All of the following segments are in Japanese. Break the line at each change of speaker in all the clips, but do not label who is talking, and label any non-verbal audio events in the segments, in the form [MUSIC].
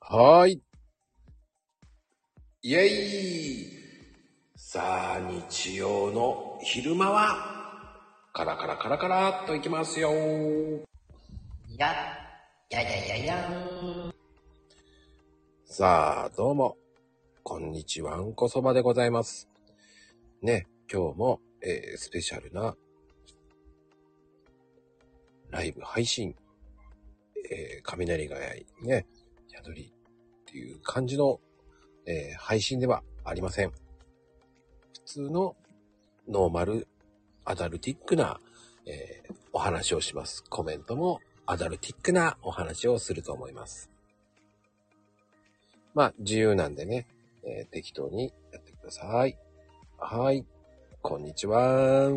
はーい。イェイさあ、日曜の昼間は、カラカラカラカラっといきますよ。
や、ややややん。
さあ、どうも。こんにちは、んこそばでございます。ね、今日も、えースペシャルな、ライブ配信、えー雷がやい、ね、宿りっていう感じの、えー配信ではありません。普通のノーマル、アダルティックな、えーお話をします。コメントもアダルティックなお話をすると思います。まあ、自由なんでね、えー適当にやってください。はい。こんにちは。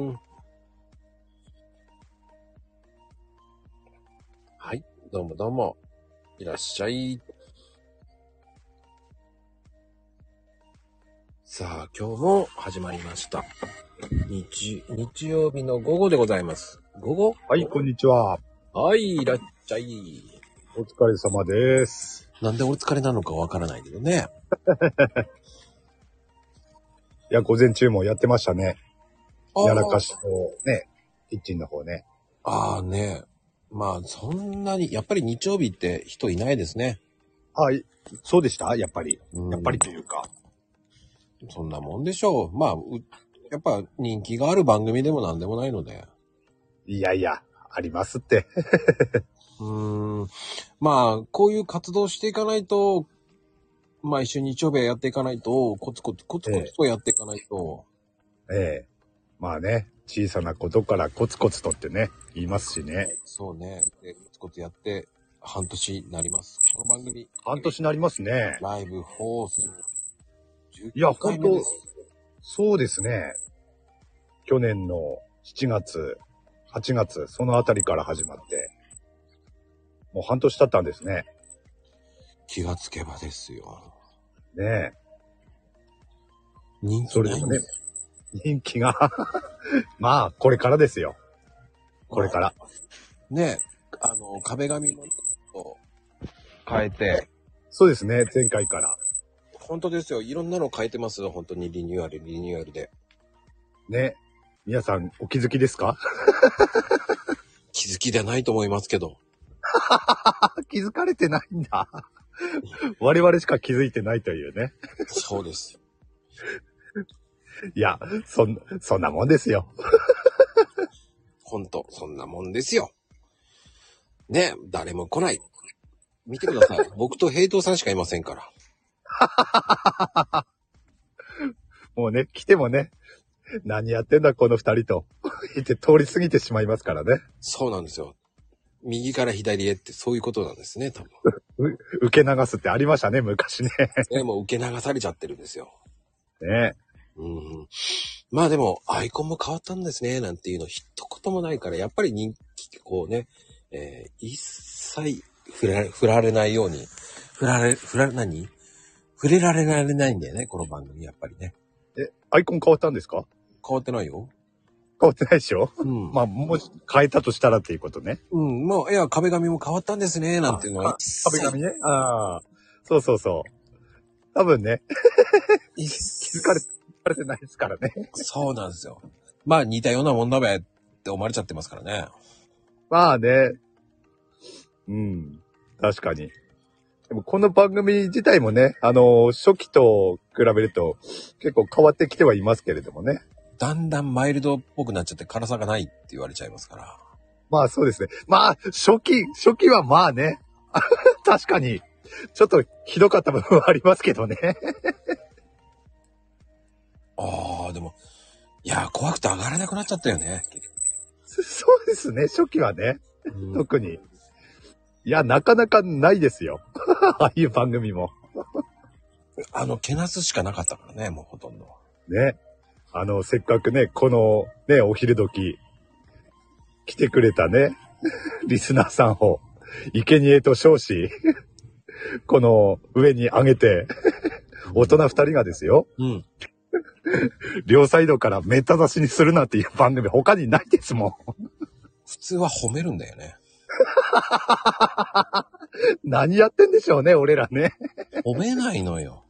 はい。どうもどうも。いらっしゃい。さあ、今日も始まりました。日、日曜日の午後でございます。午後
はい、こんにちは。
はい、いらっしゃい。
お疲れ様です。
なんでお疲れなのかわからないけどね。
いや、午前中もやってましたね。やらか
し
しと、ね、キッチンの方ね。
ああね。まあ、そんなに、やっぱり日曜日って人いないですね。
はい、そうでしたやっぱり。
うん
やっぱり。というか。
そんなもんでしょう。まあ、うやっぱ人気がある番組でも何でもないので。
いやいや、ありますって。 [LAUGHS]
うーん。まあ、こういう活動していかないと、毎週日曜日はやっていかないと、コツコツコツコツとやっていかないと。
ええまあね、小さなことからコツコツとってね、言いますしね。
そうね。でコツコツやって、半年になります。この番組、
半年になりますね。
ライブ放送。
いや
19回目です
そうですね。去年の7月、8月、そのあたりから始まって。もう半年経ったんですね。
気がつけばですよ。
ねえ。
人気
それ
な
で
い
も
ん
ね
です、
人気が、 [LAUGHS] まあ、これからですよ。これから。
ね、あの、壁紙もちょっと変えて、
そうですね、前回から。
本当ですよ。いろんなの変えてますよ。本当にリニューアル、リニューアルで。
ね。皆さん、お気づきですか [LAUGHS]
気づきじゃないと思いますけど。
気づかれてないんだ。 [LAUGHS] 我々しか気づいてないというね。
そうです。
いや、そん、そんなもんですよ。
本当そんなもんですよ。ね、誰も来ない。見てください。僕と平等さんしかいませんから。
もうね、来てもね、何やってんだ、この二人と。 [LAUGHS] 言って通り過ぎてしまいますからね。
そうなんですよ。右から左へってそういうことなんですね、多
[LAUGHS]
分。
受け流すってありましたね、昔ね。
ね、もう受け流されちゃってるんですよ。
ね。
うんうんまあでも、アイコンも変わったんですね、なんていうの一言もないから、やっぱり人気、こうね、えー一切振られ、振られないように、振られ、振られ、何触れられられないんだよね、この番組、やっぱりね。
え、アイコン変わったんですか
変わってないよ。
変わってないでしょ
うん。
まあ、もし変えたとしたらっていうことね。
うん、もう、いや、壁紙も変わったんですね、なんていうのは一切、
壁紙ね。ああ。そうそうそう。多分ね、
一
気
切
づかれ、気づかれてないですからね。
そうなんですよ。まあ、似たようなもんだべって思われちゃってますからね。
まあね。うん。確かに。でもこの番組自体もね、あの、初期と比べると結構変わってきてはいますけれどもね。
だんだんマイルドっぽくなっちゃって、辛さがないって言われちゃいますから。
まあそうですね。まあ、初期、初期はまあね。 [LAUGHS] 確かに。ちょっとひどかった部分はありますけどね。 [LAUGHS]
ああ、でも、いやー、怖くて上がらなくなっちゃったよね。
そうですね。初期はね。特に。いや、なかなかないですよ。 [LAUGHS] ああいう番組も。
あの、けなすしかなかったからね、もうほとんどは。
ね。あの、せっかくね、このね、お昼時、来てくれたね、 [LAUGHS] リスナーさんを、生贄と称し、 [LAUGHS] この上に上げて、 [LAUGHS] 大人二人がですよ、
うん。
両サイドからめった出しにするなんていう番組他にないですもん。
普通は褒めるんだよね。
[LAUGHS] 何やってんでしょうね、俺らね。
褒めないのよ。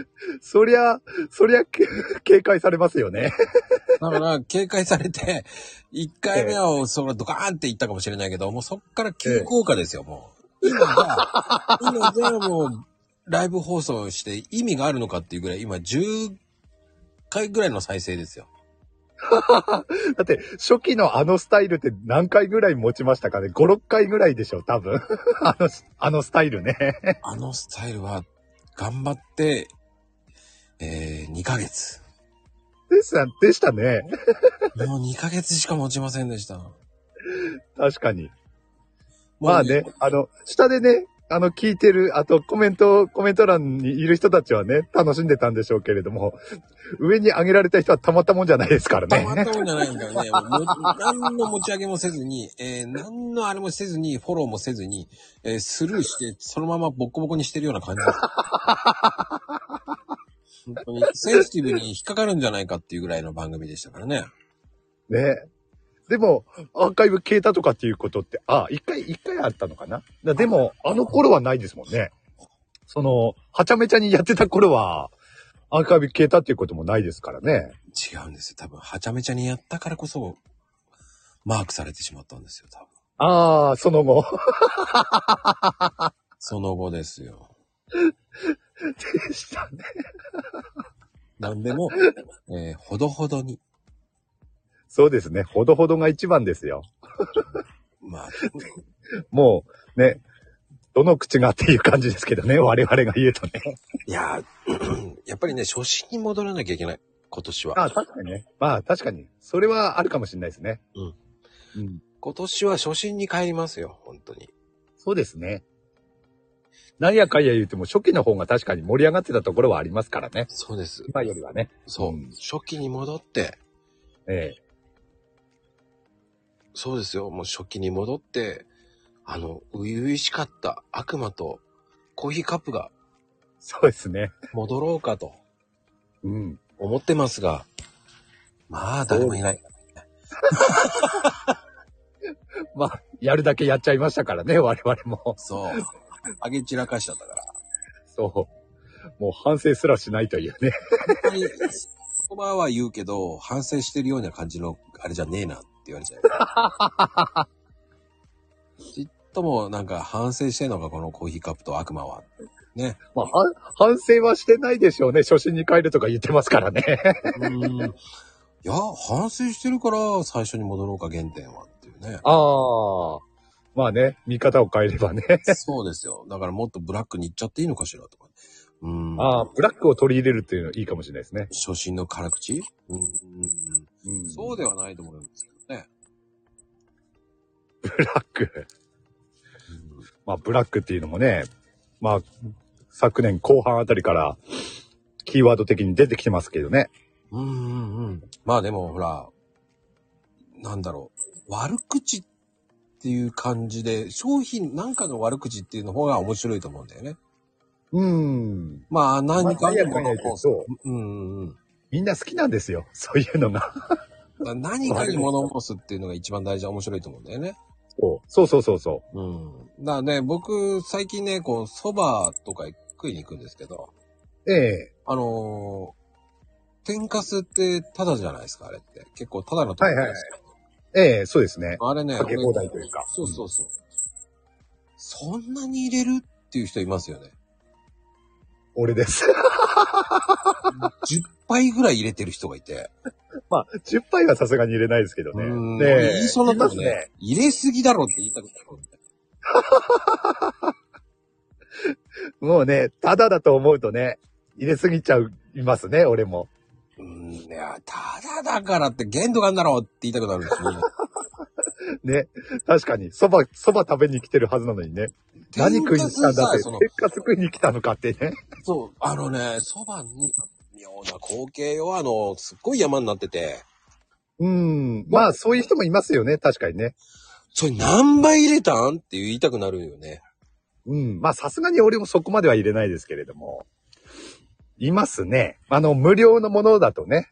[LAUGHS]
そりゃ、そりゃ、け [LAUGHS] 警戒されますよね。
だから、警戒されて、1回目は、そのドカーンって言ったかもしれないけど、もうそっから急降下ですよ、もう。今が、今じゃあもう、ライブ放送して意味があるのかっていうぐらい、今10回ぐらいの再生ですよ。
だって、初期のあのスタイルって何回ぐらい持ちましたかね ?5、6回ぐらいでしょ、多分。 [LAUGHS] あの、あのスタイルね。
あのスタイルは、頑張って、えー、2ヶ月。
でした、でしたね。
もう2ヶ月しか持ちませんでした。
確かに。
もう
まあね、あの、下でね、あの、聞いてる、あと、コメント、コメント欄にいる人たちはね、楽しんでたんでしょうけれども、上に上げられた人はたまったもんじゃないですから
たま
ね。
ったもんじゃないんだよね。も何の持ち上げもせずに、えー、何のあれもせずに、フォローもせずに、えースルーして、そのままボッコボコにしてるような
[LAUGHS]
感じです。本当にセンシティブに引っかかるんじゃないかっていうぐらいの番組でしたからね。
ね。でも、アーカイブ消えたとかっていうことって、あ、一回、一回あったのかなだでも、あの頃はないですもんね。その、はちゃめちゃにやってた頃は、アーカイブ消えたっていうこともないですからね。
違うんですよ。多分、はちゃめちゃにやったからこそ、マークされてしまったんですよ、多分。
ああ、その後。
その後ですよ。
でしたね。
何で
[LAUGHS]
も、えーほどほどに。
そうですね。ほどほどが一番ですよ。
まあ、
もう、ね、どの口がっていう感じですけどね。我々が言うとね。
いやー、やっぱりね、初心に戻らなきゃいけない。今年は。
あ確かにね。まあ、確かに。それはあるかもしれないですね。うん。うん。
今年は初心に帰りますよ、本当に。
そうですね。なんやかんや言うても、初期の方が確かに盛り上がってたところはありますからね。
そうです。
今よりはね。
そう。
うん
初期に戻って、
ええ
そうですよ、もう初期に戻って、あの、初々しかった悪魔とコーヒーカップが
そうですね。
戻ろうかと
うん。
思ってますが、まあ、誰もいない。
まあ、やるだけやっちゃいましたからね、我々も。
そう。あげ散らかしちゃったから。
そう。もう反省すらしないというね。
本当に、そばは言うけど、反省してるような感じの、あれじゃねえなって言われちゃう。ちっともなんか反省してんのか、このコーヒーカップと悪魔は。ね。
まあ、は反省はしてないでしょうね。初心に帰るとか言ってますからね。。
うんいや、反省してるから最初に戻ろうか、原点はっていうね
ああ。まあね、見方を変えればね。
そうですよ。だからもっとブラックに行っちゃっていいのかしらとか。うん。
ああ、ブラックを取り入れるっていうのいいかもしれないですね。
初心の辛口うん。
うん
そうではないと思うんですけどね。
ブラック。まあ、ブラックっていうのもね、まあ、昨年後半あたりから、キーワード的に出てきてますけどね。
うんうんうん。まあでもほら、なんだろう。悪口っていう感じで、商品なんかの悪口っていうの方が面白いと思うんだよね。
うーん。
まあ何か
ま
の
あ何やかんや言う
もの
と
を。
そう
うんうんうん。
みんな好きなんですよ。 [LAUGHS] そういうのが。
だから何かに物申すっていうのが一番大事で面白いと思うんだよね。
そうそうそうそうそ
うん。だからね、僕、最近ね、こう、蕎麦とか食いに行くんですけど、
う。ええ
あのー天かすってタダじゃないですか、あれって。結構タダのとこ
はいはいはい
ですよ
ええそうですね。
あれね、
かけ放題というか
そうそうそう。そんなに入れるっていう人いますよね。
俺です。 [LAUGHS]
10杯ぐらい入れてる人がいて。
まあ、10杯はさすがに入れないですけどね。
うん
ねえ
言いそうになったもん
います
ね。入れすぎだろって言いたくなるもんね。
もうね、ただだと思うとね、入れすぎちゃいますね、俺も。
うん、いや、タダだからって限度があるんだろうって言いたくなるんですね。
ね。確かに、蕎麦、蕎麦食べに来てるはずなのにね。 [LAUGHS] 何食いに来たんだっ
天かすさ
て、
その
天かす食いに来たのかってね。
そう、あのね、そばに、妙な光景よ。あの、すっごい山になってて、
うん。まあ、そういう人もいますよね。確かにね。
それ何杯入れたんって言いたくなるよね。
うん。まあ、さすがに俺もそこまでは入れないですけれども。いますね。あの、無料のものだとね、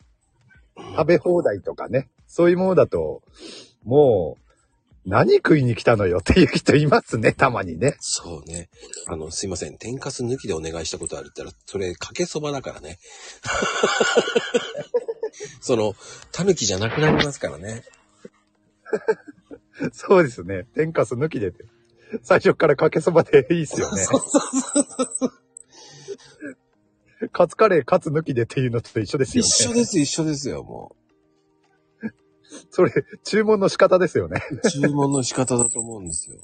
食べ放題とかね、そういうものだと、もう、何食いに来たのよっていう人いますね、たまにね。
そうね。あの、すいません。天かす抜きでお願いしたことあるって言ったら、それ、かけそばだからね。 [LAUGHS] その、たぬきじゃなくなりますからね。
そうですね。天かす抜きでって。最初からかけそばでいいっすよね。
そうそうそう
カツカレー、カツ抜きでっていうのと一緒ですよ
一
ね。
緒です、一緒ですよ、も
それ、注文の仕方ですよね。
う。注文の仕方だと思うんですよ。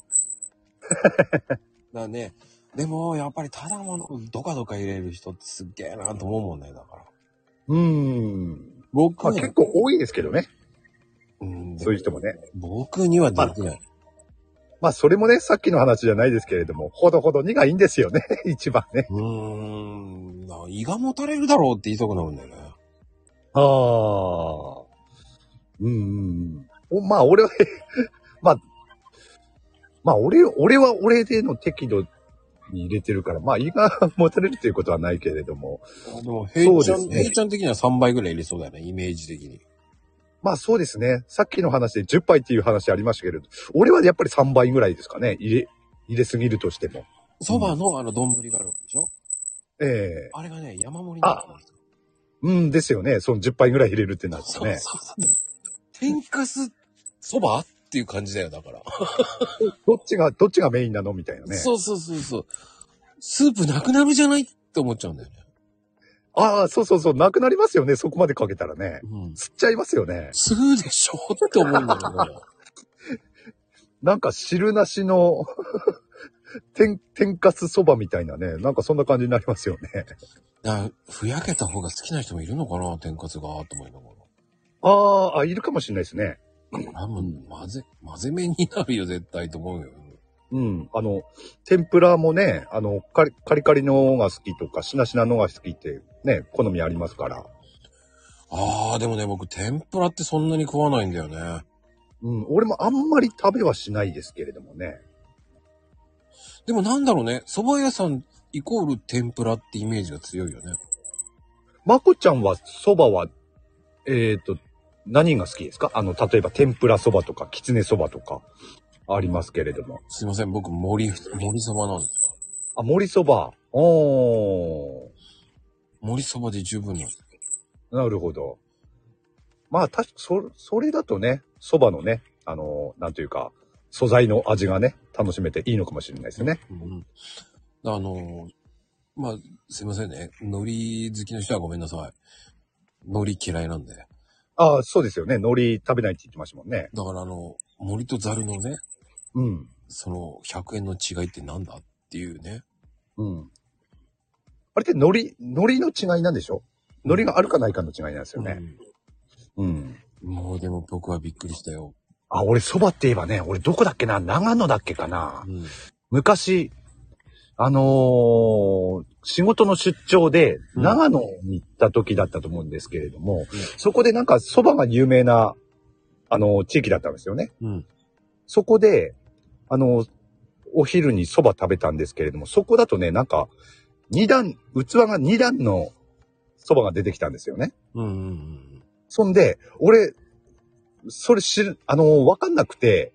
だね。でも、やっぱりただもの、どかどか入れる人ってすっげえなと思うもんね、だから。
うーん。ま
僕
あ
には、
結構多いですけどね。
うん
そういう人もね。
僕にはできない。
まあそれもね、さっきの話じゃないですけれども、ほどほどにがいいんですよね。 [LAUGHS] 一番ね。
うーん、な胃がもたれるだろうって言いたくなるんだよね。
ああ。うんうんうん。おまあ俺は、 [LAUGHS] まあ、まあ俺、俺は俺での適度に入れてるから、まあ胃が持たれるということはないけれども、
でも、平ちゃ
そ
ん、
うですね
平ちゃん的には3倍ぐらい入れそうだよね、イメージ的に。
まあそうですね。さっきの話で10杯っていう話ありましたけれど、俺はやっぱり3倍ぐらいですかね。入れ、入れすぎるとしても。
そばのあの丼があるでしょ
ええ
あれがね、山盛りなんだよ
うんですよね。その10杯ぐらい入れるってなると
そう
ね。
そうそう。天かすそばっていう感じだよ、だから。
どっちが、どっちがメインなのみたいなね。
そうそうそうそう。スープなくなるじゃないって思っちゃうんだよね。
ああ、そうそうそう。なくなりますよね。そこまでかけたらね。
うん。
吸っちゃいますよね。
するでしょって思うんだけど。 [LAUGHS]
なんか汁なしの、 [LAUGHS] 天、天かすそばみたいなね。なんかそんな感じになりますよね。
だからふやけた方が好きな人もいるのかな、天かすが、と思いながら。
ああ、あ、いるかもしれないですね。
あもう混ぜ、混ぜ麺になるよ、絶対と思うよ。
うん。あの、天ぷらもね、あの、カリカリカリのが好きとか、しなしなのが好きって、ね、好みありますから。
ああ、でもね、僕、天ぷらってそんなに食わないんだよね。
うん。俺もあんまり食べはしないですけれどもね。
でもなんだろうね、蕎麦屋さんイコール天ぷらってイメージが強いよね。
まこちゃんは、そばは、えっ、と、何が好きですかあの、例えば、天ぷらそばとか、きつねそばとか、ありますけれども。
すいません、僕、森、森蕎麦なんですよ。
あ、森そば。おー。
森蕎麦で十分なんです。
なるほど。まあ、確か、そ、それだとね、そばのね、あの、なんというか、素材の味がね、楽しめていいのかもしれないですね。
うん。あのー、まあ、すいませんね、海苔好きの人はごめんなさい。海苔嫌いなんで。
ああ、そうですよね。海苔食べないって言ってましたもんね。
だからあの、森とザルのね、
うん。
その100円の違いってなんだっていうね。
うん。あれって海苔、海苔の違いなんでしょ海苔があるかないかの違いなんですよね。うん
もうでも僕はびっくりしたよ。
あ、俺、蕎麦って言えばね、俺どこだっけな長野だっけかな
うん。
昔、あのー仕事の出張で、
うん
長野に行った時だったと思うんですけれども、そこでなんか蕎麦が有名な、あのー地域だったんですよね。
うん。
そこで、あのーお昼に蕎麦食べたんですけれども、そこだとね、なんか、二段、器が二段の蕎麦が出てきたんですよね。
うん。うん。
そんで、俺、それ知る、あのーわかんなくて、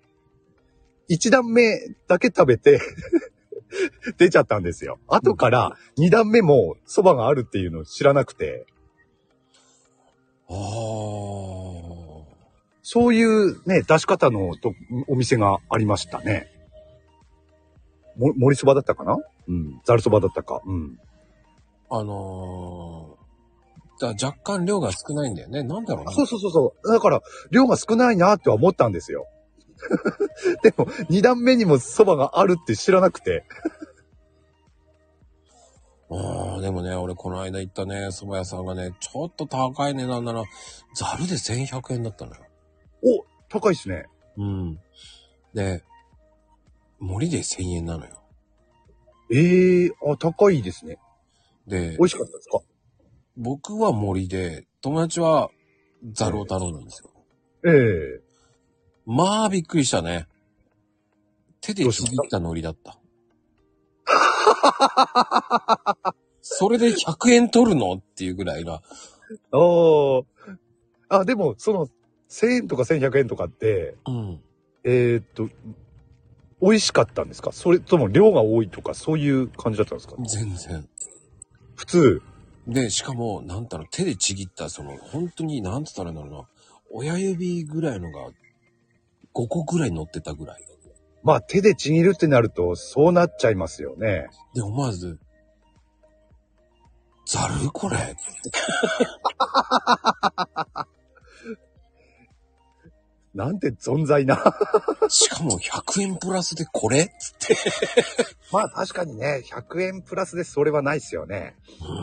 一段目だけ食べて、 [LAUGHS] 出ちゃったんですよ。後から二段目も蕎麦があるっていうのを知らなくて、
ああ。
そういうね、出し方のとお店がありましたね。も森蕎麦だったかなうん。ざる蕎麦だったか。うん。
あのー、だ若干量が少ないんだよね。なんだろう
あ
ね。
そうそうそうそう。だから、量が少ないなっては思ったんですよ。 [LAUGHS] でも、二段目にも蕎麦があるって知らなくて。
ああ、でもね、俺この間行ったね、蕎麦屋さんがね、ちょっと高い値段なら、ざるで1100円だったのよ。
お、高いっすね。
うん。で、森で1000円なのよ。
ええあ、高いですね。
で
美、味しかったですか
僕は森で、友達はざるを頼んだんですよ。
ええ
まあ、びっくりしたね。手でちぎった海苔だった。 [LAUGHS] それで100円取るのっていうぐらいな。
ああ。あ、でも、その、1000円とか1100円とかって、
うん。
ええーっと、美味しかったんですかそれとも量が多いとか、そういう感じだったんですか
全然。
普通。
で、しかも、なんたら手でちぎった、その、本当に、なんつったらいいんだろうな、親指ぐらいのが、5個ぐらい乗ってたぐらい。
まあ手でちぎるってなると、そうなっちゃいますよね。
で、思わず、ざるこれって
なんて存在な。 [LAUGHS]
しかも100円プラスでこれ
まあ確かにね、100円プラスでそれはないっすよね。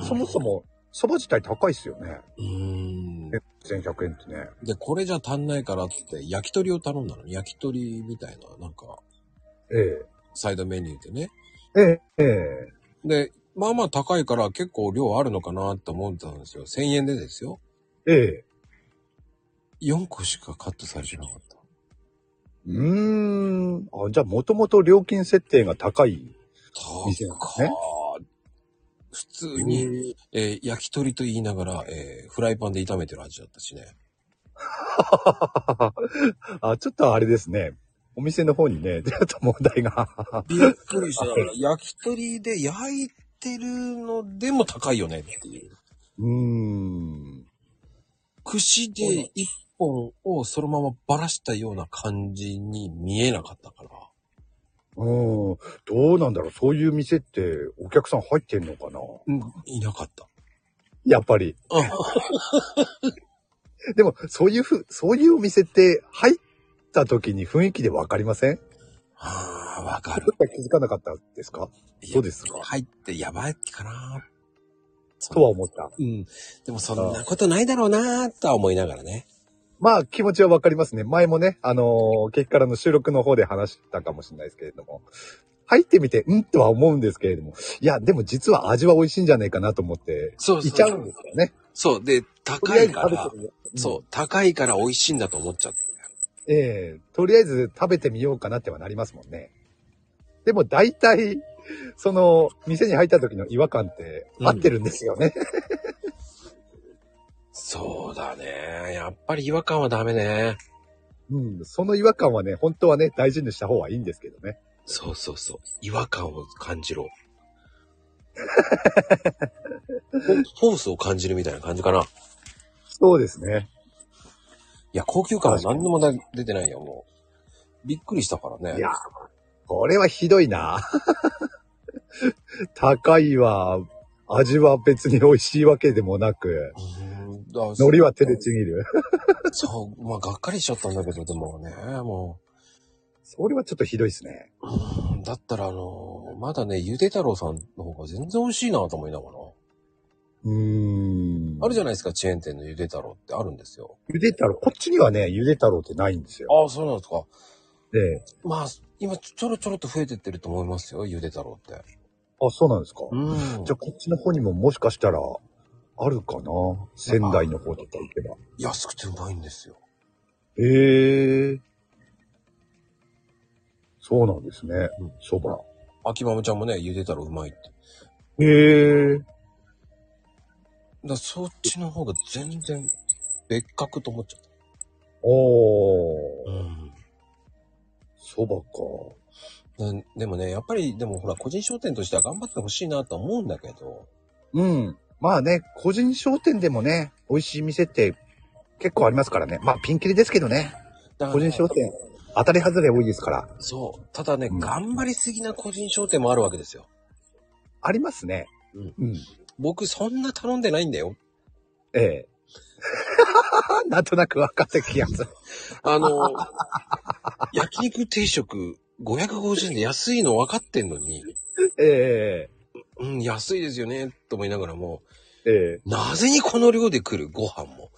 そもそも、そば自体高いっすよね。
うーん。
1100円ってね。
で、これじゃ足んないからっつって、焼き鳥を頼んだの。焼き鳥みたいな、なんか、
え
サイドメニューでね。
え。ええ。ええ。
で、まあまあ高いから結構量あるのかなって思ってたんですよ。1000円でですよ。
ええ。
4個しかカットされてなかった。
うーん。あじゃあもともと料金設定が高い。 [LAUGHS] 店なんです
高い。
ね
普通に、えー焼き鳥と言いながら、えーフライパンで炒めてる味だったしね。
あ、ちょっとあれですね。お店の方にね、 [LAUGHS] ちょっと問題が。 [LAUGHS]
びっくりした。 [LAUGHS] 焼き鳥で焼いてるのでも高いよねっていう。
うーん。
串で一本をそのままばらしたような感じに見えなかったから。
うん。どうなんだろう。そういう店ってお客さん入ってんのかな
うん、いなかった。
やっぱり。
あ
でも、そういうふう、そういうお店って入った時に雰囲気でわかりません [LAUGHS]
あー、わか
ちょ
る。
っと気づかなかったですかそうですか
入ってやばいかな
とは思った。
うん。でもそんなことないだろうなーとは思いながらね。
まあ、気持ちはわかりますね。前もね、あのー、結からの収録の方で話したかもしれないですけれども。入ってみて、うんとは思うんですけれども。いや、でも実は味は美味しいんじゃないかなと思って、
そう
いちゃうんですよね。
そう。で、
と
高
りあえ
い
ず
か
食べ
ら
て、みよう。
そう、高いから美味しいんだと思っちゃった。
うん。ええとりあえず食べてみようかなってはなりますもんね。でも大体、その、店に入った時の違和感って合ってるんですよね。
そうだね。やっぱり違和感はダメね。
うん、その違和感はね、本当はね、大事にした方がいいんですけどね。
そうそうそう。違和感を感じ
[LAUGHS]
ろ。フォフォースを感じるみたいな感じかな。い
そうですね。
や、高級感は何にもな出てないよ、もう。びっくりしたからね。
いや、これはひどいな。 [LAUGHS] 高いわ。味は別に美味しいわけでもなく、
うーん。だ
海苔は手でちぎる。
そう、まあ、がっかりしちゃったんだけど、でもね、も
それはちょっとひどいですね。
う。うーんだったら、あの、まだね、ゆで太郎さんの方が全然美味しいなと思いながら。
うーん。
あるじ
ゃ
ゃないですか、チェーン店のゆで太郎ってあるんですよ。
ゆで太郎。こっちにはね、ゆで太郎ってないんですよ。
ああ、そうなんですか。
で、
まあ、今ちょろちょろっと増えてってると思いますよ、ゆで太郎って。
あ、そうなんですか。
うん
じゃあこっちの方にももしかしたら、あるかな仙台の方とか行けば。
安くてうまいんですよ。
へえそうなんですね
うん。
そば。
秋マムちゃんもね、茹でたらうまいって。だか
へえ
らそっちの方が全然別格と思っちゃっ
お
た。
ー。そばか。
うんで。でもね、やっぱり、でもほら、個人商店としては頑張ってほしいなとは思うんだけど、
うん。まあね、個人商店でもね、美味しい店って結構ありますからね。まあピンキリですけどね。
だからね
個人商店、当たり外れ多いですから。
そう。ただね、
うん
頑張りすぎな個人商店もあるわけですよ。
ありますね。
うん
うん。
僕、そんな頼んでないんだよ。
ええ。 [LAUGHS] なんとなく分かった気がする。
あの、焼肉定食550円で安いの分かってんのに、
え
うん、安いですよね、と思いながらも、
え。え
なぜにこの量で来るご飯も。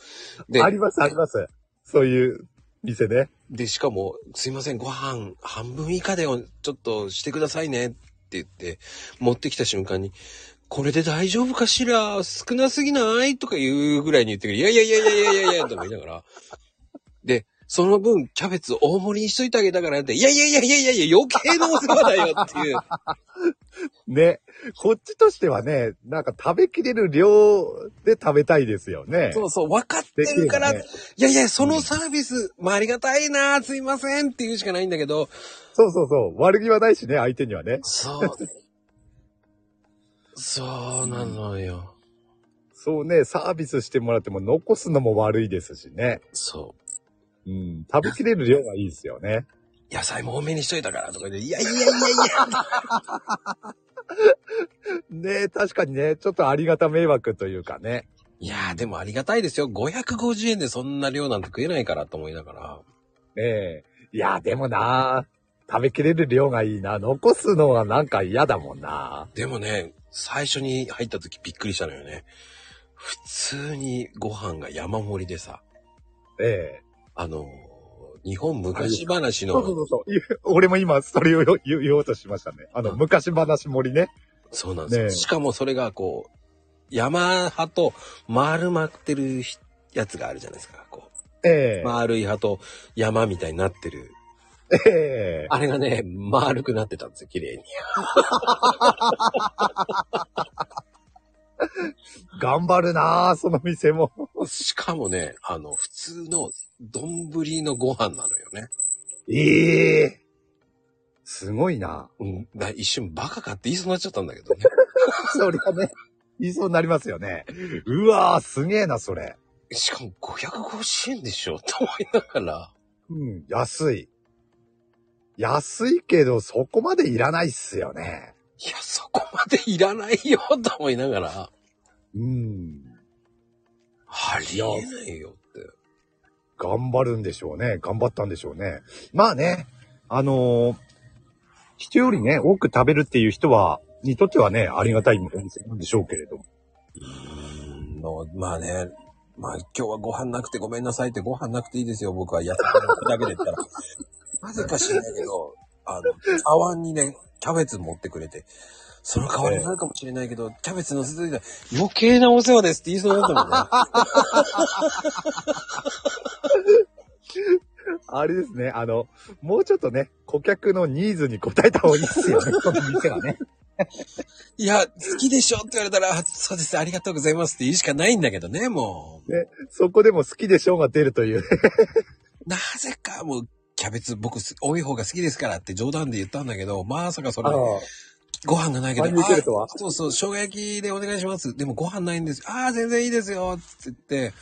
え。
で
あ、ります、あります。そういう店ね。
で、しかも、すいません、ご飯半分以下でよちょっとしてくださいねって言って、持ってきた瞬間に、これで大丈夫かしら少なすぎないとか言うぐらいに言ってくる。いやいやいやいやいやいやいや、と思いながら。で、その分、キャベツ大盛りにしといてあげたからって、いやいやいやいやいやいや、余計なお世話だよっていう。
ね。こっちとしてはね、なんか食べきれる量で食べたいですよね。
そうそう、分かって
できれ
るから、
ばね。
いやいや、そのサービス、まあ、ありがたいな、すいませんっていうしかないんだけど、
そうそうそう。悪気はないしね、相手にはね。
そう。そうなのよ。
そうね、サービスしてもらっても残すのも悪いですしね。
そ
うん。食べきれる量がいいですよね。
う。野菜も多めにしといたからとかで、いやいやいやい
[LAUGHS] ね確かにね、ちょっとありがた迷惑というかね。
や。いや、でもありがたいですよ。550円でそんな量なんて食えないからと思いながら。
ねえ。いや、でもな食べきれる量がいいな。残すのはなんか嫌だもんな。
でもね、最初に入った時びっくりしたのよね。普通にご飯が山盛りでさ、
ええ。
あの、日本昔話
そうそ
の、
うそう。い俺も今、それを言言おうとしましたね。あの、
うん
昔話盛りね。
そうなんですよ。
ねえ
しかもそれがこう、山派と丸まってるひやつがあるじゃないですか。こ
ええ
う、。丸い派と山みたいになってる。
ええ。
あれがね、丸くなってたんですよ、綺麗に。
頑張るなその店も。
しかもね、あの、普通の丼のご飯なのよね。
ええ。すごいな
うん、だ一瞬バカかって言いそうになっちゃったんだけどね。
[LAUGHS]
[LAUGHS]
そりゃね、言いそうになりますよね。うわー、すげえな、それ。
しかも550円でしょと思いながら。
うん、安い。安いけど、そこまでいらないっすよね。
いや、そこまでいらないよと思いながら。
うん。
ありえないよって。
頑張るんでしょうね。頑張ったんでしょうね。まあね、あのー人よりね、多く食べるっていう人は、にとってはね、ありがたいお店なんでしょうけれども。
うんのまあね、まあ今日はご飯なくてごめんなさいってご飯なくていいですよ、僕は。やつだけで言っ
[LAUGHS]
たら。なぜか知らないけど、あの、茶碗にね、キャベツ持ってくれて、その代わりになるかもしれないけど、キャベツ乗せといたら余計なお世話ですって言いそうになった
[LAUGHS]
もんね。
あれですね、あの、もうちょっとね、顧客のニーズに応えた方がいいっす [LAUGHS] よね、この店はね。
いや、好きでしょって言われたら、あそうです、ありがとうございますって言うしかないんだけどね、もう。
ね、そこでも好きでしょうが出るという。
なぜかもう、キャベツ僕す多い方が好きですからって冗談で言ったんだけど、まさか
[LAUGHS]
それ、ご飯がないけど、
真に受けるとは
あそうそう、生姜焼きでお願いします。でもご飯ないんです。ああ、全然いいですよ。つって言って、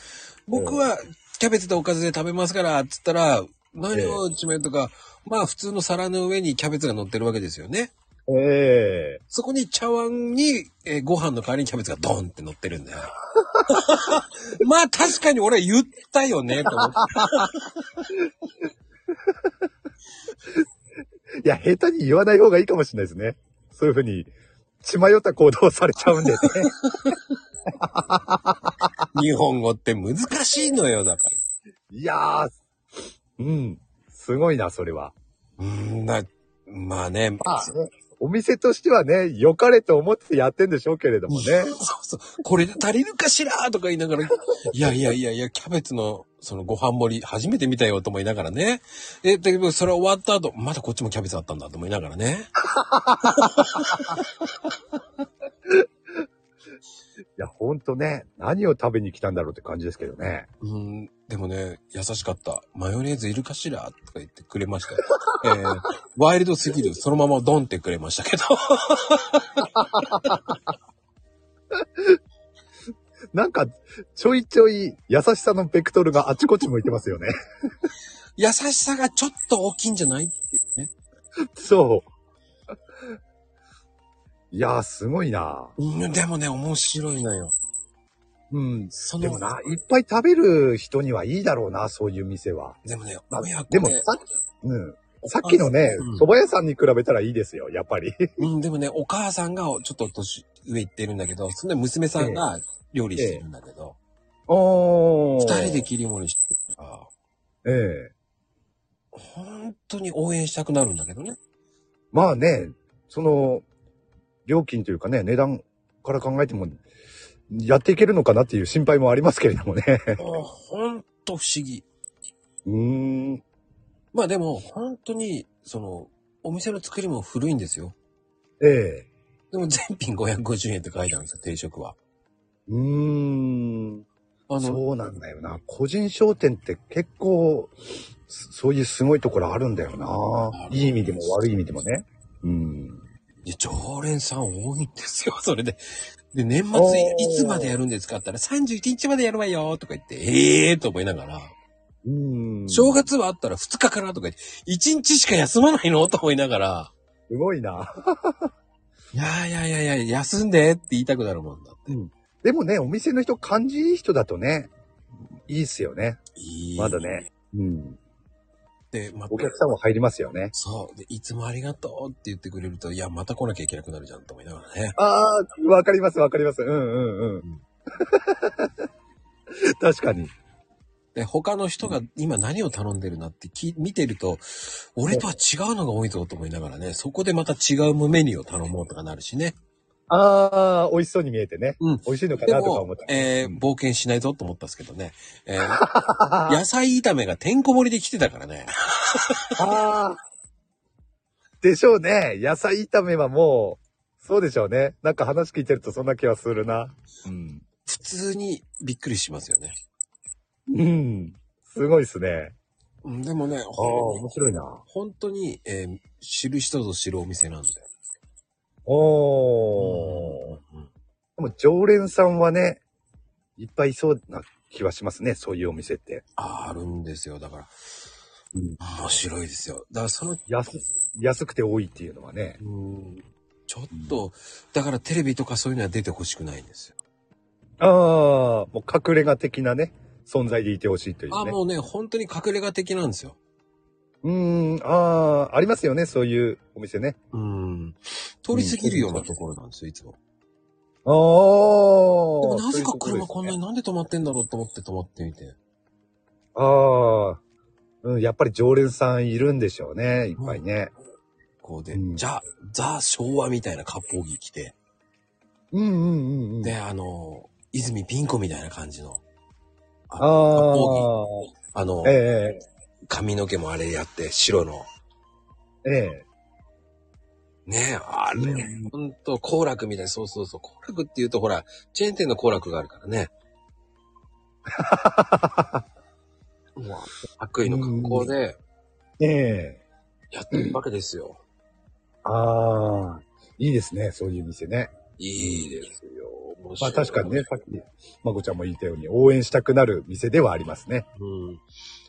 僕はキャベツとおかずで食べますから、つったら、何をちめとか、まあ普通の皿の上にキャベツが乗ってるわけですよね。
ええ
そこに茶碗に、えーご飯の代わりにキャベツがドンって乗ってるんだよ。 [LAUGHS] まあ確かに俺言ったよね、と思って。
いや、下手に言わない方がいいかもしれないですね。そういうふうに、血迷った行動をされちゃうんでね。
日本語って難しいのよ、だから。
いやー、うん。すごいな、それは。
うーんな、まあね、
あお店としてはね、良かれと思ってやってんでしょうけれどもね。
そうそう。これで足りるかしらとか言いながら、いやいやいやいや、キャベツの、そのご飯盛り、初めて見たよと思いながらね。え、だけどそれ終わった後、まだこっちもキャベツあったんだと思いながらね。
いや、ほんとね、何を食べに来たんだろうって感じですけどね。
うん、でもね、優しかった。マヨネーズいるかしらとか言ってくれましたよ。えーワイルドすぎる、そのままドンってくれましたけど。 [LAUGHS]
なんか、ちょいちょい優しさのベクトルがあちこち向いてますよね。
優しさがちょっと大きいんじゃない
そう。いやー、すごいな。
うん、でもね、面白いのよ。
うん。
その
でもな、いっぱい食べる人にはいいだろうな、そういう店は。
でもね、
まあ
親子
でも
ね
さっき、うん。さっきのね
うん、
蕎麦屋さんに比べたらいいですよ、やっぱり。
うん、でもね、お母さんがちょっと年上行ってるんだけど、そんで娘さんが料理してるんだけど、
お
二、人で切り盛りしてるから、
ええ
本当に応援したくなるんだけどね。
まあね、その、料金というかね、値段から考えても、やっていけるのかなっていう心配もありますけれどもね。
[LAUGHS] もうほんと不思議。
うーん。
まあでも、本当に、その、お店の作りも古いんですよ。
[LAUGHS] ええ。
でも全品550円って書いてあるんですよ、定食は。
うーん。
あの、
そうなんだよな。個人商店って結構、そそういうすごいところあるんだよな。いい意味でも悪い意味でもね。うん。
いや常連さん多いんですよ、それで。で、年末い
おー
いつまでやるんですかって言ったら、31日までやるわよ、とか言って、ええー、と思いながら、
うん。
正月はあったら2日からとか言って、1日しか休まないのと思いながら、
すごいな。
いやいやいやいや、休んでって言いたくなるもんだって。
でもね、お店の人、感じいい人だとね、いいっすよね。
いい
まだね。うん。
で、また
お客さんも入りますよね。
そう。で、いつもありがとうって言ってくれると、いや、また来なきゃいけなくなるじゃんと思いながらね。
ああ、わかります、わかります。うんうんうん
ん。
[LAUGHS] 確かに。
で、他の人が今何を頼んでるなってき見てると、俺とは違うのが多いぞと思いながらね、そこでまた違うメニューを頼もうとかなるしね。
ああ、美味しそうに見えてね。
うん
美味しいのか
で
なとか
も
思った、。
えー、冒険しないぞと思ったんですけどね。えー野菜炒めがてんこ盛りで来てたからね。
ああ。でしょうね。野菜炒めはもう、そうでしょうね。なんか話聞いてるとそんな気はするな。うん。
普通にびっくりしますよね。
うん。すごいっすね。
うんでもね、
ああ、面白いな。
本当に、えー知る人ぞ知るお店なんで。
おー。
うん
でも常連さんはね、いっぱいいそうな気はしますね。そういうお店って。
あるんですよ。だから、
うん
面白いですよ。だからその、
安、安くて多いっていうのはね。
ちょっと、だからテレビとかそういうのは出てほしくないんですよ。
ああ、もう隠れ家的なね、存在でいてほしいというね。
あ、もうね、本当に隠れ家的なんですよ。
うーん、ああ、ありますよね。そういうお店ね。
うん。通り過ぎるようなところなんですよ、いつも。で
ああ。で
もなぜか車こんなになんで止まってんだろうと思って止まってみて。
ああ、うん、やっぱり常連さんいるんでしょうね、いっぱいね。
こうで、
うん
じゃ、ザ・昭和みたいな割烹着着て、
うんうんうんうん。
で、あの、泉ピン子みたいな感じの、
ああ
割烹着、あの、
え
髪の毛もあれやって、白の、
えええ
ねえ、あれ、
うん
ほんと、幸楽みたいな、そうそうそう、幸楽って言うとほら、チェーン店の幸楽があるから
[LAUGHS]
ね。もう、悪意の格好で
ええ
やってるわけですよ。
ああ、いいですね、そういう店ね。
いいですよ。面
ま
白
あ
い
確かにね、。さっき、まこちゃんも言ったように、応援したくなる店ではありますね。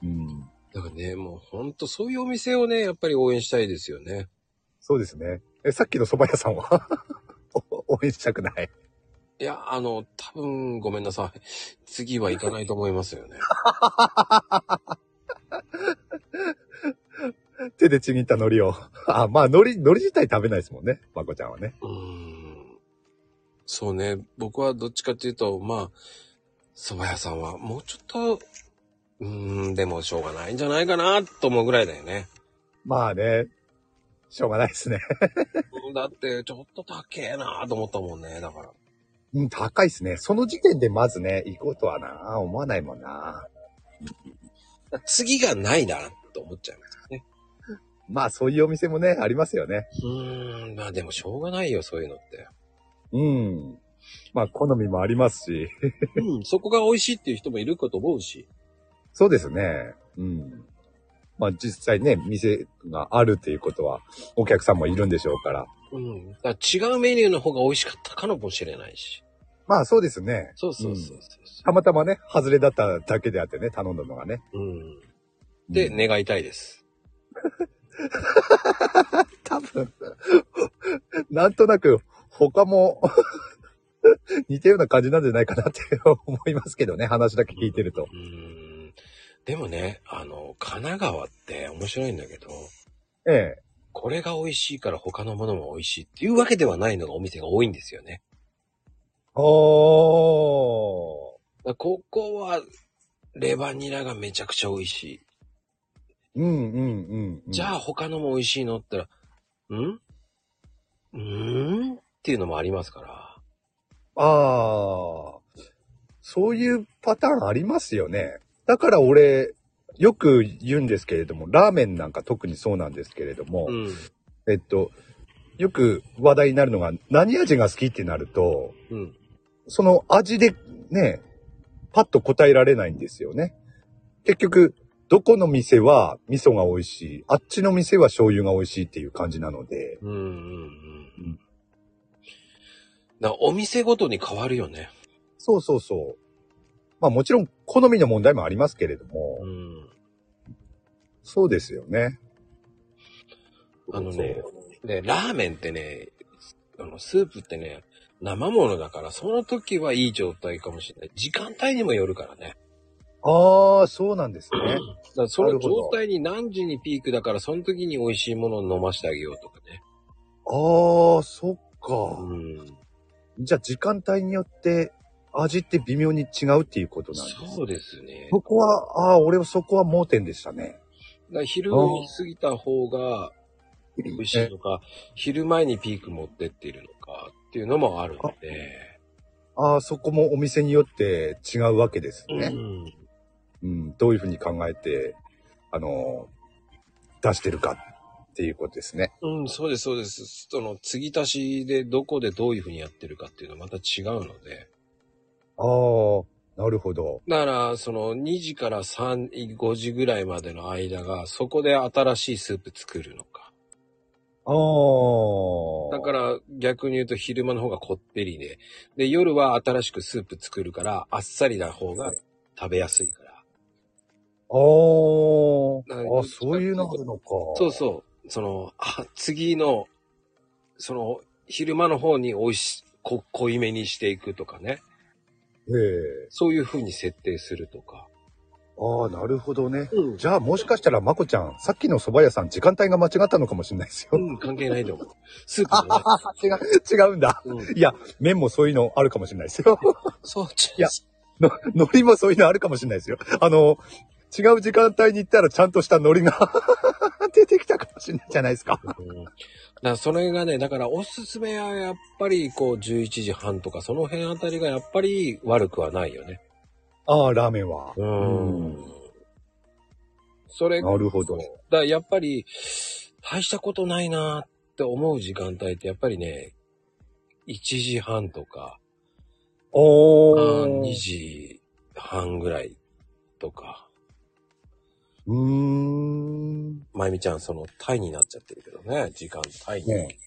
うん。
うん。
だからね、もうほんとそういうお店をね、やっぱり応援したいですよね。
そうですね。え、さっきの蕎麦屋さんは [LAUGHS] お応援したくない。
いや、あの、多分、ごめんなさい。次は行かないと思いますよね。
手でちぎった海苔を。 [LAUGHS] あ、まあ海苔、海苔自体食べないですもんね、まこちゃんはね。
うーんそうね。僕はどっちかっていうと、まあ、蕎麦屋さんはもうちょっと、うーん、でもしょうがないんじゃないかなと思うぐらいだよね。
まあね、しょうがないですね。 [LAUGHS]
だって、ちょっと高えなと思ったもんね。だから。
うん、高いですね。その時点でまずね、行こうとはな、思わないもんな。
次がないなと思っちゃいますよね。
まあ、そういうお店もね、ありますよね。
うーん、まあでもしょうがないよ、そういうのって。
うん。まあ、好みもありますし。
うん、そこが美味しいっていう人もいるかと思うし。
そうですね。うん。まあ、実際ね、店があるっていうことは、お客さんもいるんでしょうから。
うん。だから違うメニューの方が美味しかったかもしれないし。
まあ、そうですね。
そうそうそうそう
たまたまね、外れだっただけであってね、頼んだのがね。
そう。うん。で、
うん。
願いたいです。
多分、なんとなく、他も、 [LAUGHS] 似たような感じなんじゃないかなって思いますけどね、話だけ聞いてると。
うーんでもね、あの、神奈川って面白いんだけど、
ええ。
これが美味しいから他のものも美味しいっていうわけではないのがお店が多いんですよね。
おー。
だからここは、レバニラがめちゃくちゃ美味しい。
うんうんうん、うん。
じゃあ他のも美味しいのって言ったら、んうーんっていうのもありますから。
あ。あーそういうパターンありますよね。だから俺、よく言うんですけれども、ラーメンなんか特にそうなんですけれども、
うん。
えっと、よく話題になるのが、何味が好きってなると、
うん。
その味でね、パッと答えられないんですよね。結局、どこの店は味噌が美味しい、あっちの店は醤油が美味しいっていう感じなので、
うん。うんう
うん
ん。な、お店ごとに変わるよね。
そうそうそう。まあもちろん好みの問題もありますけれども、
うん。
そうですよね。
あのね、で、ラーメンってね、あの、スープってね、生ものだから、その時はいい状態かもしれない。時間帯にもよるからね。
ああ、そうなんですね。
だからそ
な
の
るほど
状態に何時にピークだから、その時に美味しいものを飲ましてあげようとかね。
ああ、そっか。
うん。
じゃあ時間帯によって味って微妙に違うっていうことなんですね
そうですね。
そこは、ああ、俺はそこは盲点でしたね。
だから昼に過ぎた方が美味しいのか、昼前にピーク持ってっているのかっていうのもあるので。
ああ、そこもお店によって違うわけです
う
ね。
ん。
うん、どういうふうに考えて、あのー出してるかっていうことですね。
うん、そうです、そうです。その、継ぎ足しでどこでどういうふうにやってるかっていうのはまた違うので。
ああ、なるほど。
だから、その2時から3、5時ぐらいまでの間が、そこで新しいスープ作るのか。
ああ。
だから逆に言うと昼間の方がこってりで、で、夜は新しくスープ作るから、あっさりな方が食べやすいから。
あー
だ
あ
から
ー、そういうのあるのか。
そうそう。その、あ、次の、その、昼間の方に美味し、こ濃いめにしていくとかね。
う。ええ
そういう風に設定するとか。
ああ、なるほどね。
うん。
じゃあもしかしたらまこちゃん、さっきの蕎麦屋さん時間帯が間違ったのかもしれない [LAUGHS] です
う
よ。
ん、関係ないと思う。スープもね。
違う、違うんだ。
うん、
いや、麺もそういうのあるかもしれないですよ。 [LAUGHS]
そう、
いやの、 [LAUGHS] 海苔もそういうのあるかもしれないですよ。あの、違う時間帯に行ったらちゃんとした海苔が [LAUGHS] 出てきたかもしれないじゃないですか。
うんだからそれがね、だからおすすめはやっぱりこう11時半とかその辺あたりがやっぱり悪くはないよね。
ああ、ラーメンは。
うん。それ、だか
なるほど。
らやっぱり大したことないなーって思う時間帯ってやっぱりね、1時半とか、あー
お
2
ー。
時半ぐらいとか、
うーん。
まゆみちゃんそのタイになっちゃってるけどね、時間帯に。
ね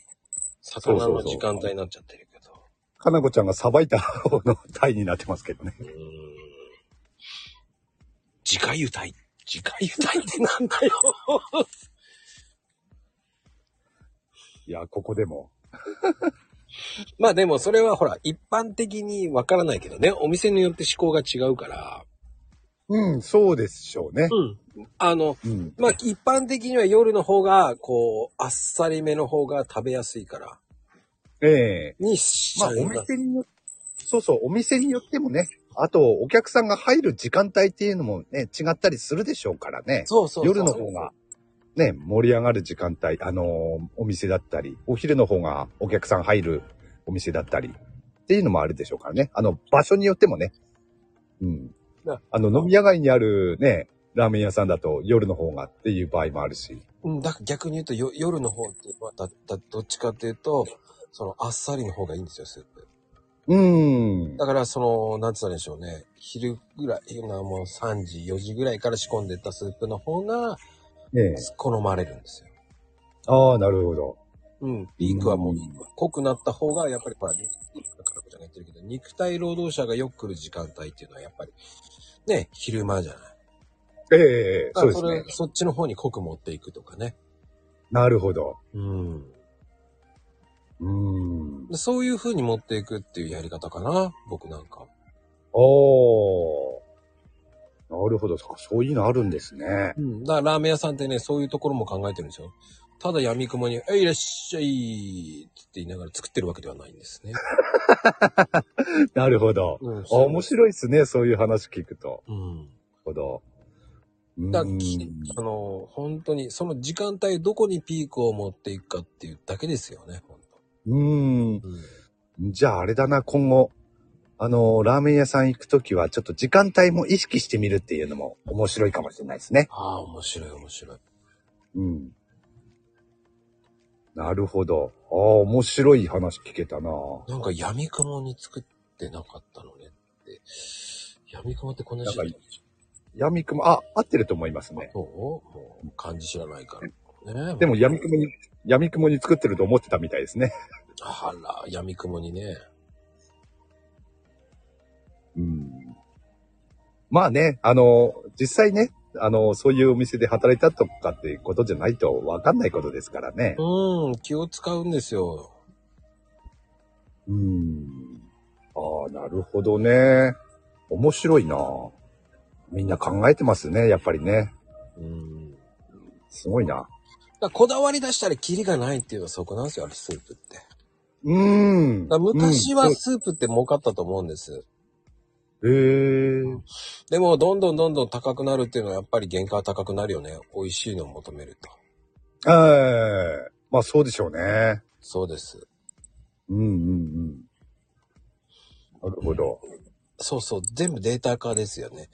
そう
魚
そうそう
の時間帯になっちゃってるけど。
かなこちゃんがさばいた方の体になってますけどね。
うーん自家油体。自家油体ってなんだよ。 [LAUGHS]
いや、ここでも。
まあでもそれはほら、一般的にわからないけどね、お店によって思考が違うから、
うん、そうでしょうね。
あの、
うん。
まあ一般的には夜の方が、こう、あっさりめの方が食べやすいから、
ええ
にしち
ま
ゃ
あ、
う
お
んだ
店によそうそう、お店によってもね、あと、お客さんが入る時間帯っていうのもね、違ったりするでしょうからね。
そうそうそう。
夜の方が。、ね、盛り上がる時間帯、あのーお店だったり、お昼の方がお客さん入るお店だったり、っていうのもあるでしょうからね。あの、場所によってもね。うん
な。
あの、飲み屋街にあるね、ラーメン屋さんだと夜の方がっていう場合もあるし。
うん、だから逆に言うとよ夜の方っていうのは、だ、だ、どっちかっていうと、そのあっさりの方がいいんですよ、スープ。
うーん。
だから、その、なんつったらいいんでしょうね。昼ぐらい、なもう3時、4時ぐらいから仕込んでったスープの方が、
ねえ。
好まれるんですよ。
ああ、なるほど。
うん。ピークはもう、濃くなった方が、やっぱり、ほら、肉だからじゃないってるけど、肉体労働者がよく来る時間帯っていうのは、やっぱり、ね、昼間じゃない。
ええ
だか
そう
ら
で
れ。
すね
そっちの方に濃く持っていくとかね。
なるほど。
うん。
うーん。
でそういう風に持っていくっていうやり方かな、僕なんか。
おー。なるほど。そそういうのあるんですね。
うん。だからラーメン屋さんってね、そういうところも考えてるんですよ。ただ闇雲に、えい、いらっしゃいって言いながら作ってるわけではないんですね。
[LAUGHS] なるほど。
うん。
あ、面白いですね。そういう話聞くと。
うん。
なるほど。
だ
う
からき
ん。
あの、本当に、その時間帯どこにピークを持っていくかっていうだけですよね、本
うん。
当。うん。
じゃああれだな、今後。あの、ラーメン屋さん行くときは、ちょっと時間帯も意識してみるっていうのも面白いかもしれないですね。
ああ、面白い面白い。
うん。なるほど。ああ、面白い話聞けたな
なんか闇雲に作ってなかったのねって。闇雲ってこんな人
なんか闇雲、あ、合ってると思いますね。
そうもう漢字知らないから。ね
でも闇雲に、闇雲に作ってると思ってたみたいですね。
あら、闇雲にね。
うん。まあね、あの、実際ね、あの、そういうお店で働いたとかっていうことじゃないとわかんないことですからね。
うん、気を使うんですよ。
うん。ああ、なるほどね。面白いなみんな考えてますね、やっぱりね。
うん。だか
すごいな。
らこだわり出したらキリがないっていうのはそこなんですよ、あれスープって。だか
うーん。
ら昔
う
は
ん
スープって儲かったと思うんです。
へえ。
でも、どんどんどんどん高くなるっていうのはやっぱり原価は高くなるよね。美味しいのを求めると。
ええ。まあそうでしょうね。
そうです。
うんうんうん。なるほど。
そうそう、全部データ化ですよね。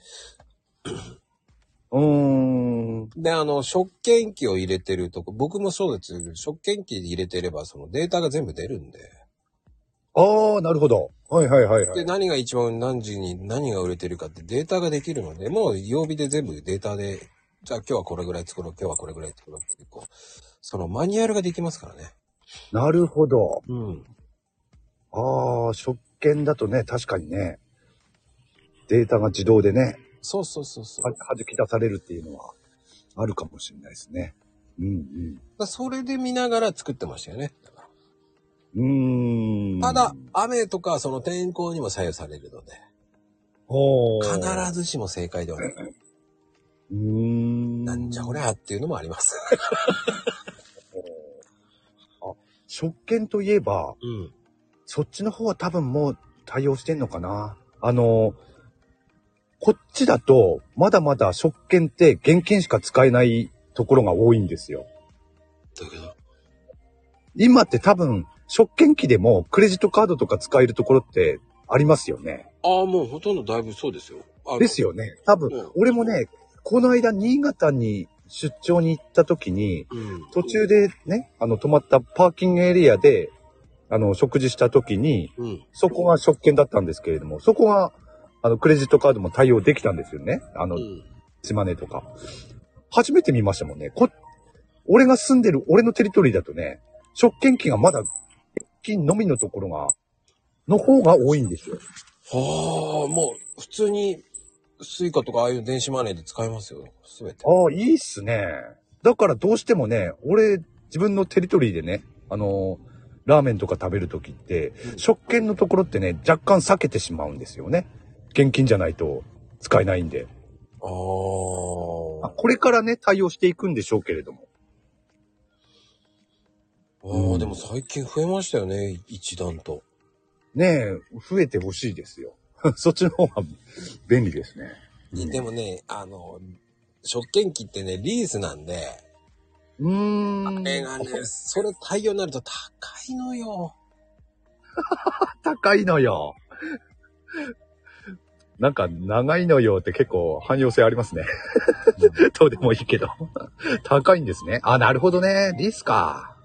うーん。
で、あの、食券機を入れてるとこ、僕もそうですけど、食券機入れてれば、そのデータが全部出るんで。
ああ、なるほど。はいはいはいは
で、
い。
何が一番何時に何が売れてるかってデータができるので、もう曜日で全部データで、じゃあ今日はこれぐらい作ろう、今日はこれぐらい作ろうって、こう、そのマニュアルができますからね。
なるほど。
うん。
ああ、食券だとね、確かにね、データが自動でね、
そうそうそうそう。
は弾き出されるっていうのはあるかもしれないですね。うん
だそれで見ながら作ってましたよね。だから
うん。うーん。
ただ、、雨とかその天候にも左右されるので、
お
必
ず。
ずしも正解ではない。
うーん。
なんじゃこりゃっていうのもあります。
あ、食券といえば、
うん。
そっちの方は多分もう対応してんのかな。あの、こっちだと、まだまだ食券って現金しか使えないところが多いんですよ。
だけど、
今って多分、食券機でもクレジットカードとか使えるところってありますよね。
ああ、もうほとんどだいぶそうですよ。
です
よ。
よね。多分、
うん
俺もね、この間新潟に出張に行った時に、
うん。
途中でね、あの、泊まったパーキングエリアで、あの、食事した時に、
うん。
そこが食券だったんですけれども、そこが、あの、クレジットカードも対応できたんですよね。あの
う、ん。
島根とか。初めて見ましたもんね。こ、俺が住んでる、俺のテリトリーだとね、食券機がまだ、金のみのところが、の方が多いんですよ。
はあ、もう普通にスイカとかああいう電子マネーで使えますよ。すべて。
ああ、いいっすね。だからどうしてもね、俺、自分のテリトリーでね、あのーラーメンとか食べるときって、
うん
食券のところってね、若干避けてしまうんですよね。現金じゃないと使えないんで。
ああ。
あこれからね、対応していくんでしょうけれども。
ああ、でも最近増えましたよね。一段と。
ねえ、増えてほしいですよ。 [LAUGHS] そっちの方が便利ですね。うん
でもね、あの、食券機ってね、リースなんで、
うーん。
あれがね、それ対応になると高いのよ。
高いのよ。 [LAUGHS] なんか、長いのよって結構汎用性ありますね。 [LAUGHS] どうでもいいけど。高いんですね。あ、なるほどね。リスか。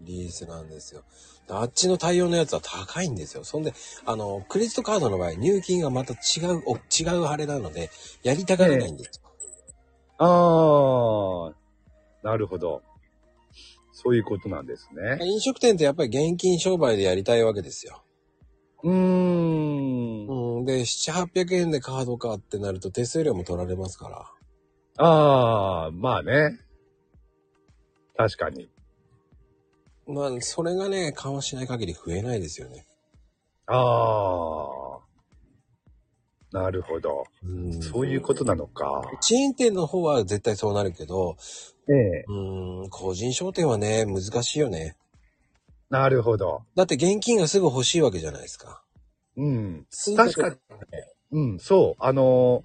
リースなんですよ。あっちの対応のやつは高いんですよ。そんで、あの、クレジットカードの場合、入金がまた違う、お違うあれなので、やりたがらないんですよ。
あー、なるほど。そういうことなんですね。
飲食店ってやっぱり現金商売でやりたいわけですよ。
うーん。
うん。で、7、800円でカードかってなると手数料も取られますから。
あー、まあね。確かに。
まあ、それがね、緩和しない限り増えないですよね。
あー。なるほど。
うん。
そういうことなのか。
チェーン店の方は絶対そうなるけど、
ええ。
うん、個人商店はね、難しいよね。
なるほど。
だって現金がすぐ欲しいわけじゃないですか。
うん。
スイカで
確かに。うん、そう。あのー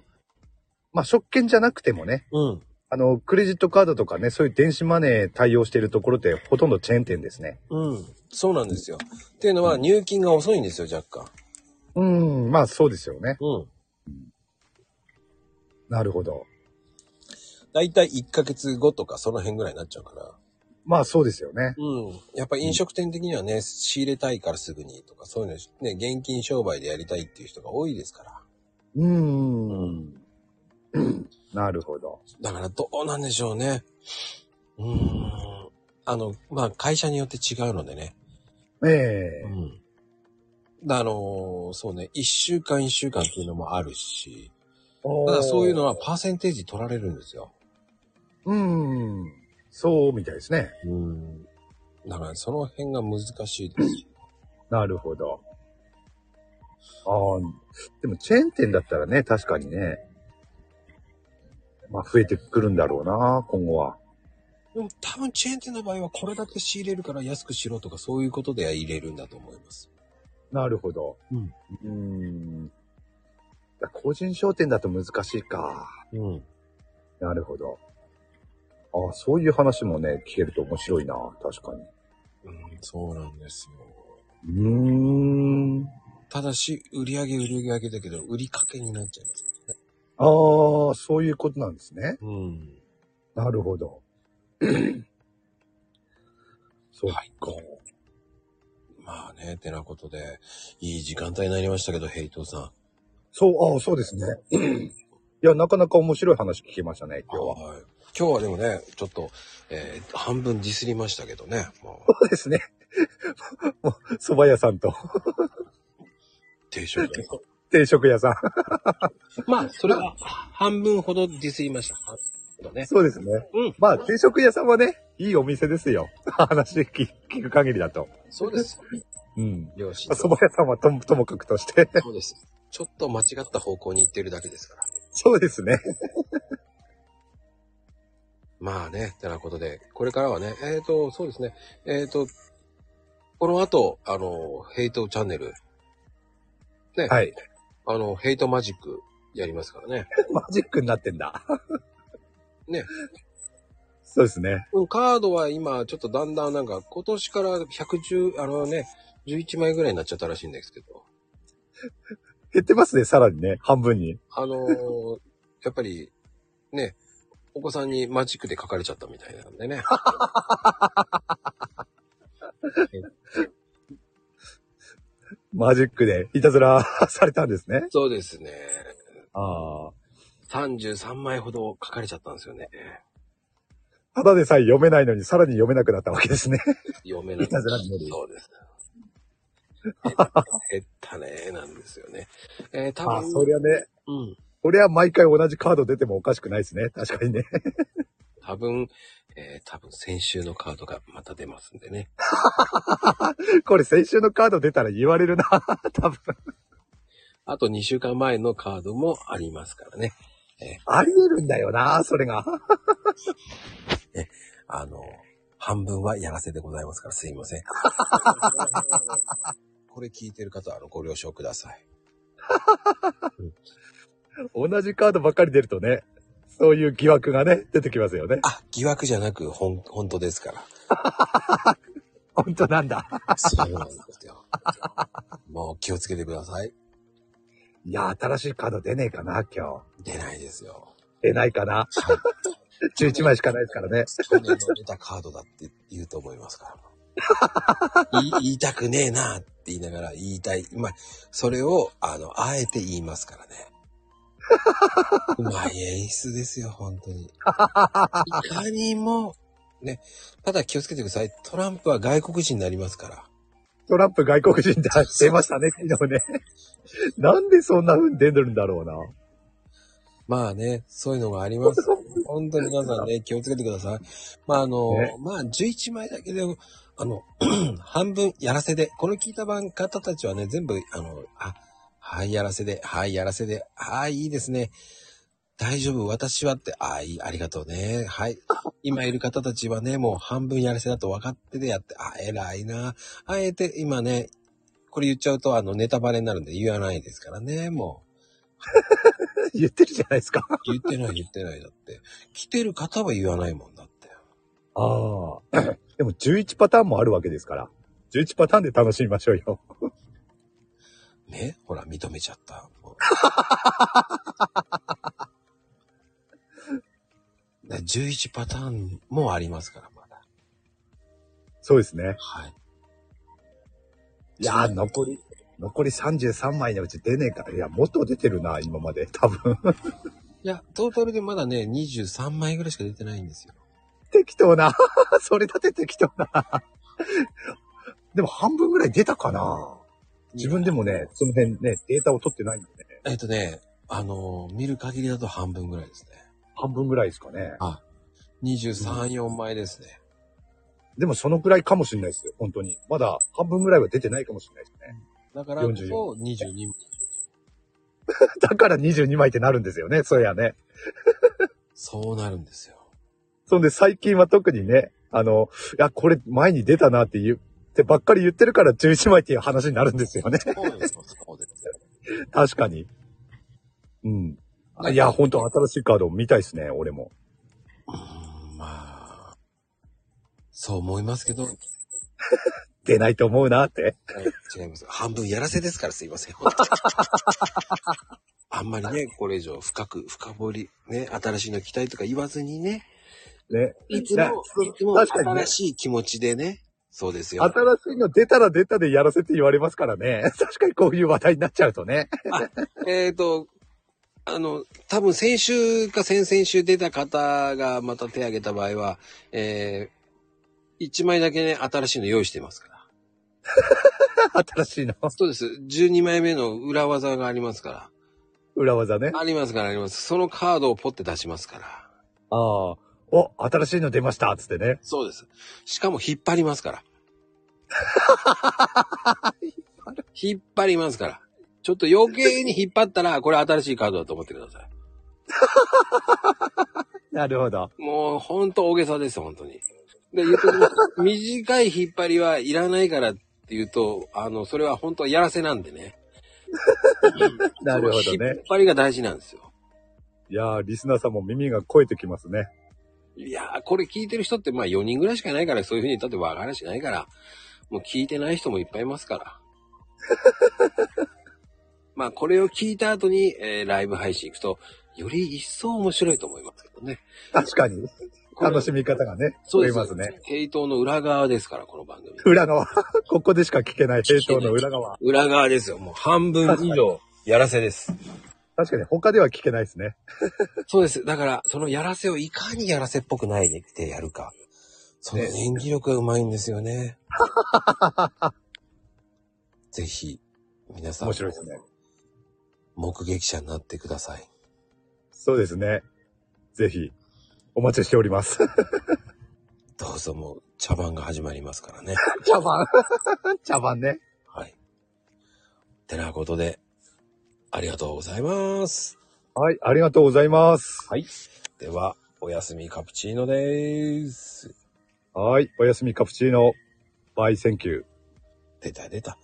まあ、食券じゃなくてもね、
うん。
あの、クレジットカードとかね、そういう電子マネー対応してるところってほとんどチェーン店ですね。
うん。そうなんですよ。っていうのは入金が遅いんですよ、若干。
うん、まあそうですよね。
うん。
なるほど。
だいたい1ヶ月後とかその辺ぐらいになっちゃうから。
まあそうですよね。
うん。やっぱ飲食店的にはね、仕入れたいからすぐにとか、そういうの、ね、現金商売でやりたいっていう人が多いですから。
うーん。なるほど。
だからどうなんでしょうね。うーん。あの、まあ、会社によって違うのでね。
ええ
ん。あのーそうね、1週間1週間っていうのもあるし、ただそういうのは。パーセンテージ取られるんですよ。
うーん。そうみたいですね。
うん。だからその辺が難しいです。
なるほど。ああ、でもチェーン店だったらね、確かにね。まあ増えてくるんだろうな、今後は。
でも多分チェーン店の場合はこれだけ仕入れるから安くしろとかそういうことで入れるんだと思います。
なるほど。
うん。
うーん。個人商店だと難しいか。
うん。
なるほど。ああ、そういう話もね、聞けると面白いな、確かに。
うん、そうなんですよ。
うーん。
ただし、売り上げ売り上げだけど、売りかけになっちゃいます。
ああ、そういうことなんですね。
うん。
なるほ [COUGHS] ど。そうか。
はい。まあね、てなことで、いい時間帯になりましたけど、ヘイトさ
そう、ああ、そうですね。 [COUGHS] いや、なかなか面白い話聞けましたね、
ん。
今日は。
はい。今日はでもね、ちょっと、えー半分ディスりましたけどね。もう
そうですね。 [LAUGHS] もう、蕎麦屋さんと
定食で。
[LAUGHS] 定食屋さん。
[LAUGHS] まあ、それは半分ほどディスりました。半分ほどね。
[LAUGHS] そうですね。
うん。
まあ、定食屋さんはね、いいお店ですよ。話聞聞く限りだと。
そうです。
うん。
[LAUGHS] 両親
まあ。蕎麦屋さんはともともかくとして。 [LAUGHS]
そうです。ちょっと間違った方向に行ってるだけですから。
そうですね。
まあね、てなことで、これからはね、えっ、と、そうですね、えっ、と、この後、あの、ヘイトチャンネル、
[LAUGHS] はい。
あの、ヘイトマジックやりますからね。
マジックになってんだ。
ね。
[LAUGHS] そうですね。
うん、カードは今、ちょっとだんだんなんか、今年から110、あのね、11枚ぐらいになっちゃったらしいんですけど、
減ってますね、さらにね。半分に。
あの
[LAUGHS]
ーやっぱり、ね、お子さんにマジックで書かれちゃったみたいなんでね。
マジックでいたずらされたんですね。
そうですね。
ああ。
33枚ほど書かれちゃったんですよね。
ただでさえ読めないのに、さらに読めなくなったわけですね。
読めない。
いたずらになる
そうです。減ったねーなんですよね。えー、多
ああ、
分
そりゃね。
うん。
これは毎回同じカード出てもおかしくないですね。確かにね。 [LAUGHS]
多分、えー、多分先週のカードがまた出ますんでね。
これ先週のカード出たら言われるな。 [LAUGHS] 多分。
あと2週間前のカードもありますからね。
あり得るんだよな、それが。
あの、半分はやらせでございますからすいま
[LAUGHS]
せん。これ聞いてる方はあのご了承ください。
同じカードばっかり出るとね、そういう疑惑がね、出てきますよね。
あ、疑惑じゃなく本本当ですから。
[LAUGHS] 本当なんだ。
そうなんですよ。もう気をつけてください。
いや、新しいカード出ねえかな、今日。
出ないですよ。
出ないか
[LAUGHS]
な。11枚しかないですからね。
去年の出たカードだって言うと思いますから。 [LAUGHS] い言いたくねえなって言いながら言いたい。まあ、それを、あの、あえて言いますからね。 [LAUGHS] うまい演出ですよ、本当に。いかにも、ね、ただ気をつけてください。トランプは外国人になりますから。
トランプ外国人出してましたね、昨日ね。なんでそんな風に出るんだろうな。
まあね、そういうのがあります。本当に皆さんね、気をつけてください。まああの、
ね
まあ11枚だけで、あの、 [CLEARS THROAT] 半分やらせで、これ聞いた番方たちはね、全部、あの、あ、はい、やらせで、はい、やらせで、はい、いいですね。大丈夫、私はって、あいい、ありがとうね。はい。今いる方たちはね、もう半分やらせだと分かってでやって、あ、偉いな。あえて、今ね、これ言っちゃうと、あの、ネタバレになるんで言わないですからね、もう。
言ってるじゃないですか。あ
言ってない言ってないだって。来てる方は言わないもんだって。
[LAUGHS] あ。でも11パターンもあるわけですから。11パターンで楽しみましょうよ。
ね、ほら、認めちゃった。 [LAUGHS] もうだから11パターンもありますから、まだ。
そうですね。
はい。
いやー、残り、残り33枚のうち出ねえから。いや、もっと出てるな、今まで。多分。
いや、トータルでまだね、23枚ぐらいしか出てないんですよ。
適当な。 [LAUGHS] それだって適当な。でも半分ぐらい出たかな。自分でもね、その辺ね、データを取ってないんでね。
えっとね、あのー見る限りだと半分ぐらいですね。
半分ぐらいですかね。
23、4枚ですね。
でもそのくらいかもしれないですよ、本当に。まだ半分ぐらいは出てないかもしれないですね。
だからこそ
44
22枚。
だから22枚ってなるんですよね、そりゃね。
そうなるんですよ。
そんで最近は特にね、あの、いや、これ前に出たなって言う、ってばっかり言ってるから11枚っていう話になるんですよ [LAUGHS] ね。
そうよそう
[LAUGHS]
ですよ
確かに。うん。あいや、本当新しいカード見たいですね、俺も。
うーんまあ、そう思いますけど、
出ないと思うなって。
はい違います。半分やらせですからすいません。本当にあんまりね、これ以上深く、深掘り、ね、新しいの期待とか言わずにね、
ね。
いつも、
ね
いつも
確かにね
新。しい気持ちでね、そうですよ。
新しいの出たら出たでやらせって言われますからね。 [LAUGHS] 確かにこういう話題になっちゃうとね。
えっ、と、あの、多分先週か先々週出た方がまた手挙げた場合は、えー、1枚だけね、新しいの用意してますから。
新しいの。 [LAUGHS]
そうです。12枚目の裏技がありますから。
裏技ね。
ありますから、あります。そのカードをポッて出しますから。
ああ。お、新しいの出ましたつってね。
そうです。しかも引っ張ります
[LAUGHS]
から。引っ張りますから。ちょっと余計に引っ張ったら、これ新しいカードだと思ってください。
なるほど。
もう、ほんと大げさです、本当に。で、言うときます、短い引っ張りはいらないからって言うと、あの、それは本当はやらせなんでね。
なるほ
そ
ど
の引
ね
っ。張りが大事なんですよ。
いやー、リスナーさんも耳が肥えてきますね。
いやー、これ聞いてる人ってまあ4人ぐらいしかいないから、そういうふうに言ったってわからしないから、もう聞いてない人もいっぱいいますから。 [LAUGHS] まあこれを聞いた後に、えーライブ配信行くと、より一層面白いと思いますけどね。
確かに。
これ
楽しみ方がね、
そう
増え
です
ますね。。
ヘイトの裏側ですから、この番組。
裏側。 [LAUGHS] ここでしか聞けない平等の裏側。
裏側ですよ。もう半分以上、やらせです。
確かに他では聞けないですね。
そうです。だから、そのやらせをいかにやらせっぽくないでやるか。その
ね
演技力がうまいんですよね。 [LAUGHS] ぜひ、皆さん、
面白いですね。
目撃者になってください。
そうですね。ぜひ、お待ちしております。
どうぞもう、茶番が始まりますから [LAUGHS] ね。
[LAUGHS] 茶番。 [LAUGHS] 茶番ね。
はい。てなことで、ありがとうございます。
はい、ありがとうございます。
はい。では、おやすみカプチーノでーす。
はい、おやすみカプチーノ。バイセンキュー。
出た出た。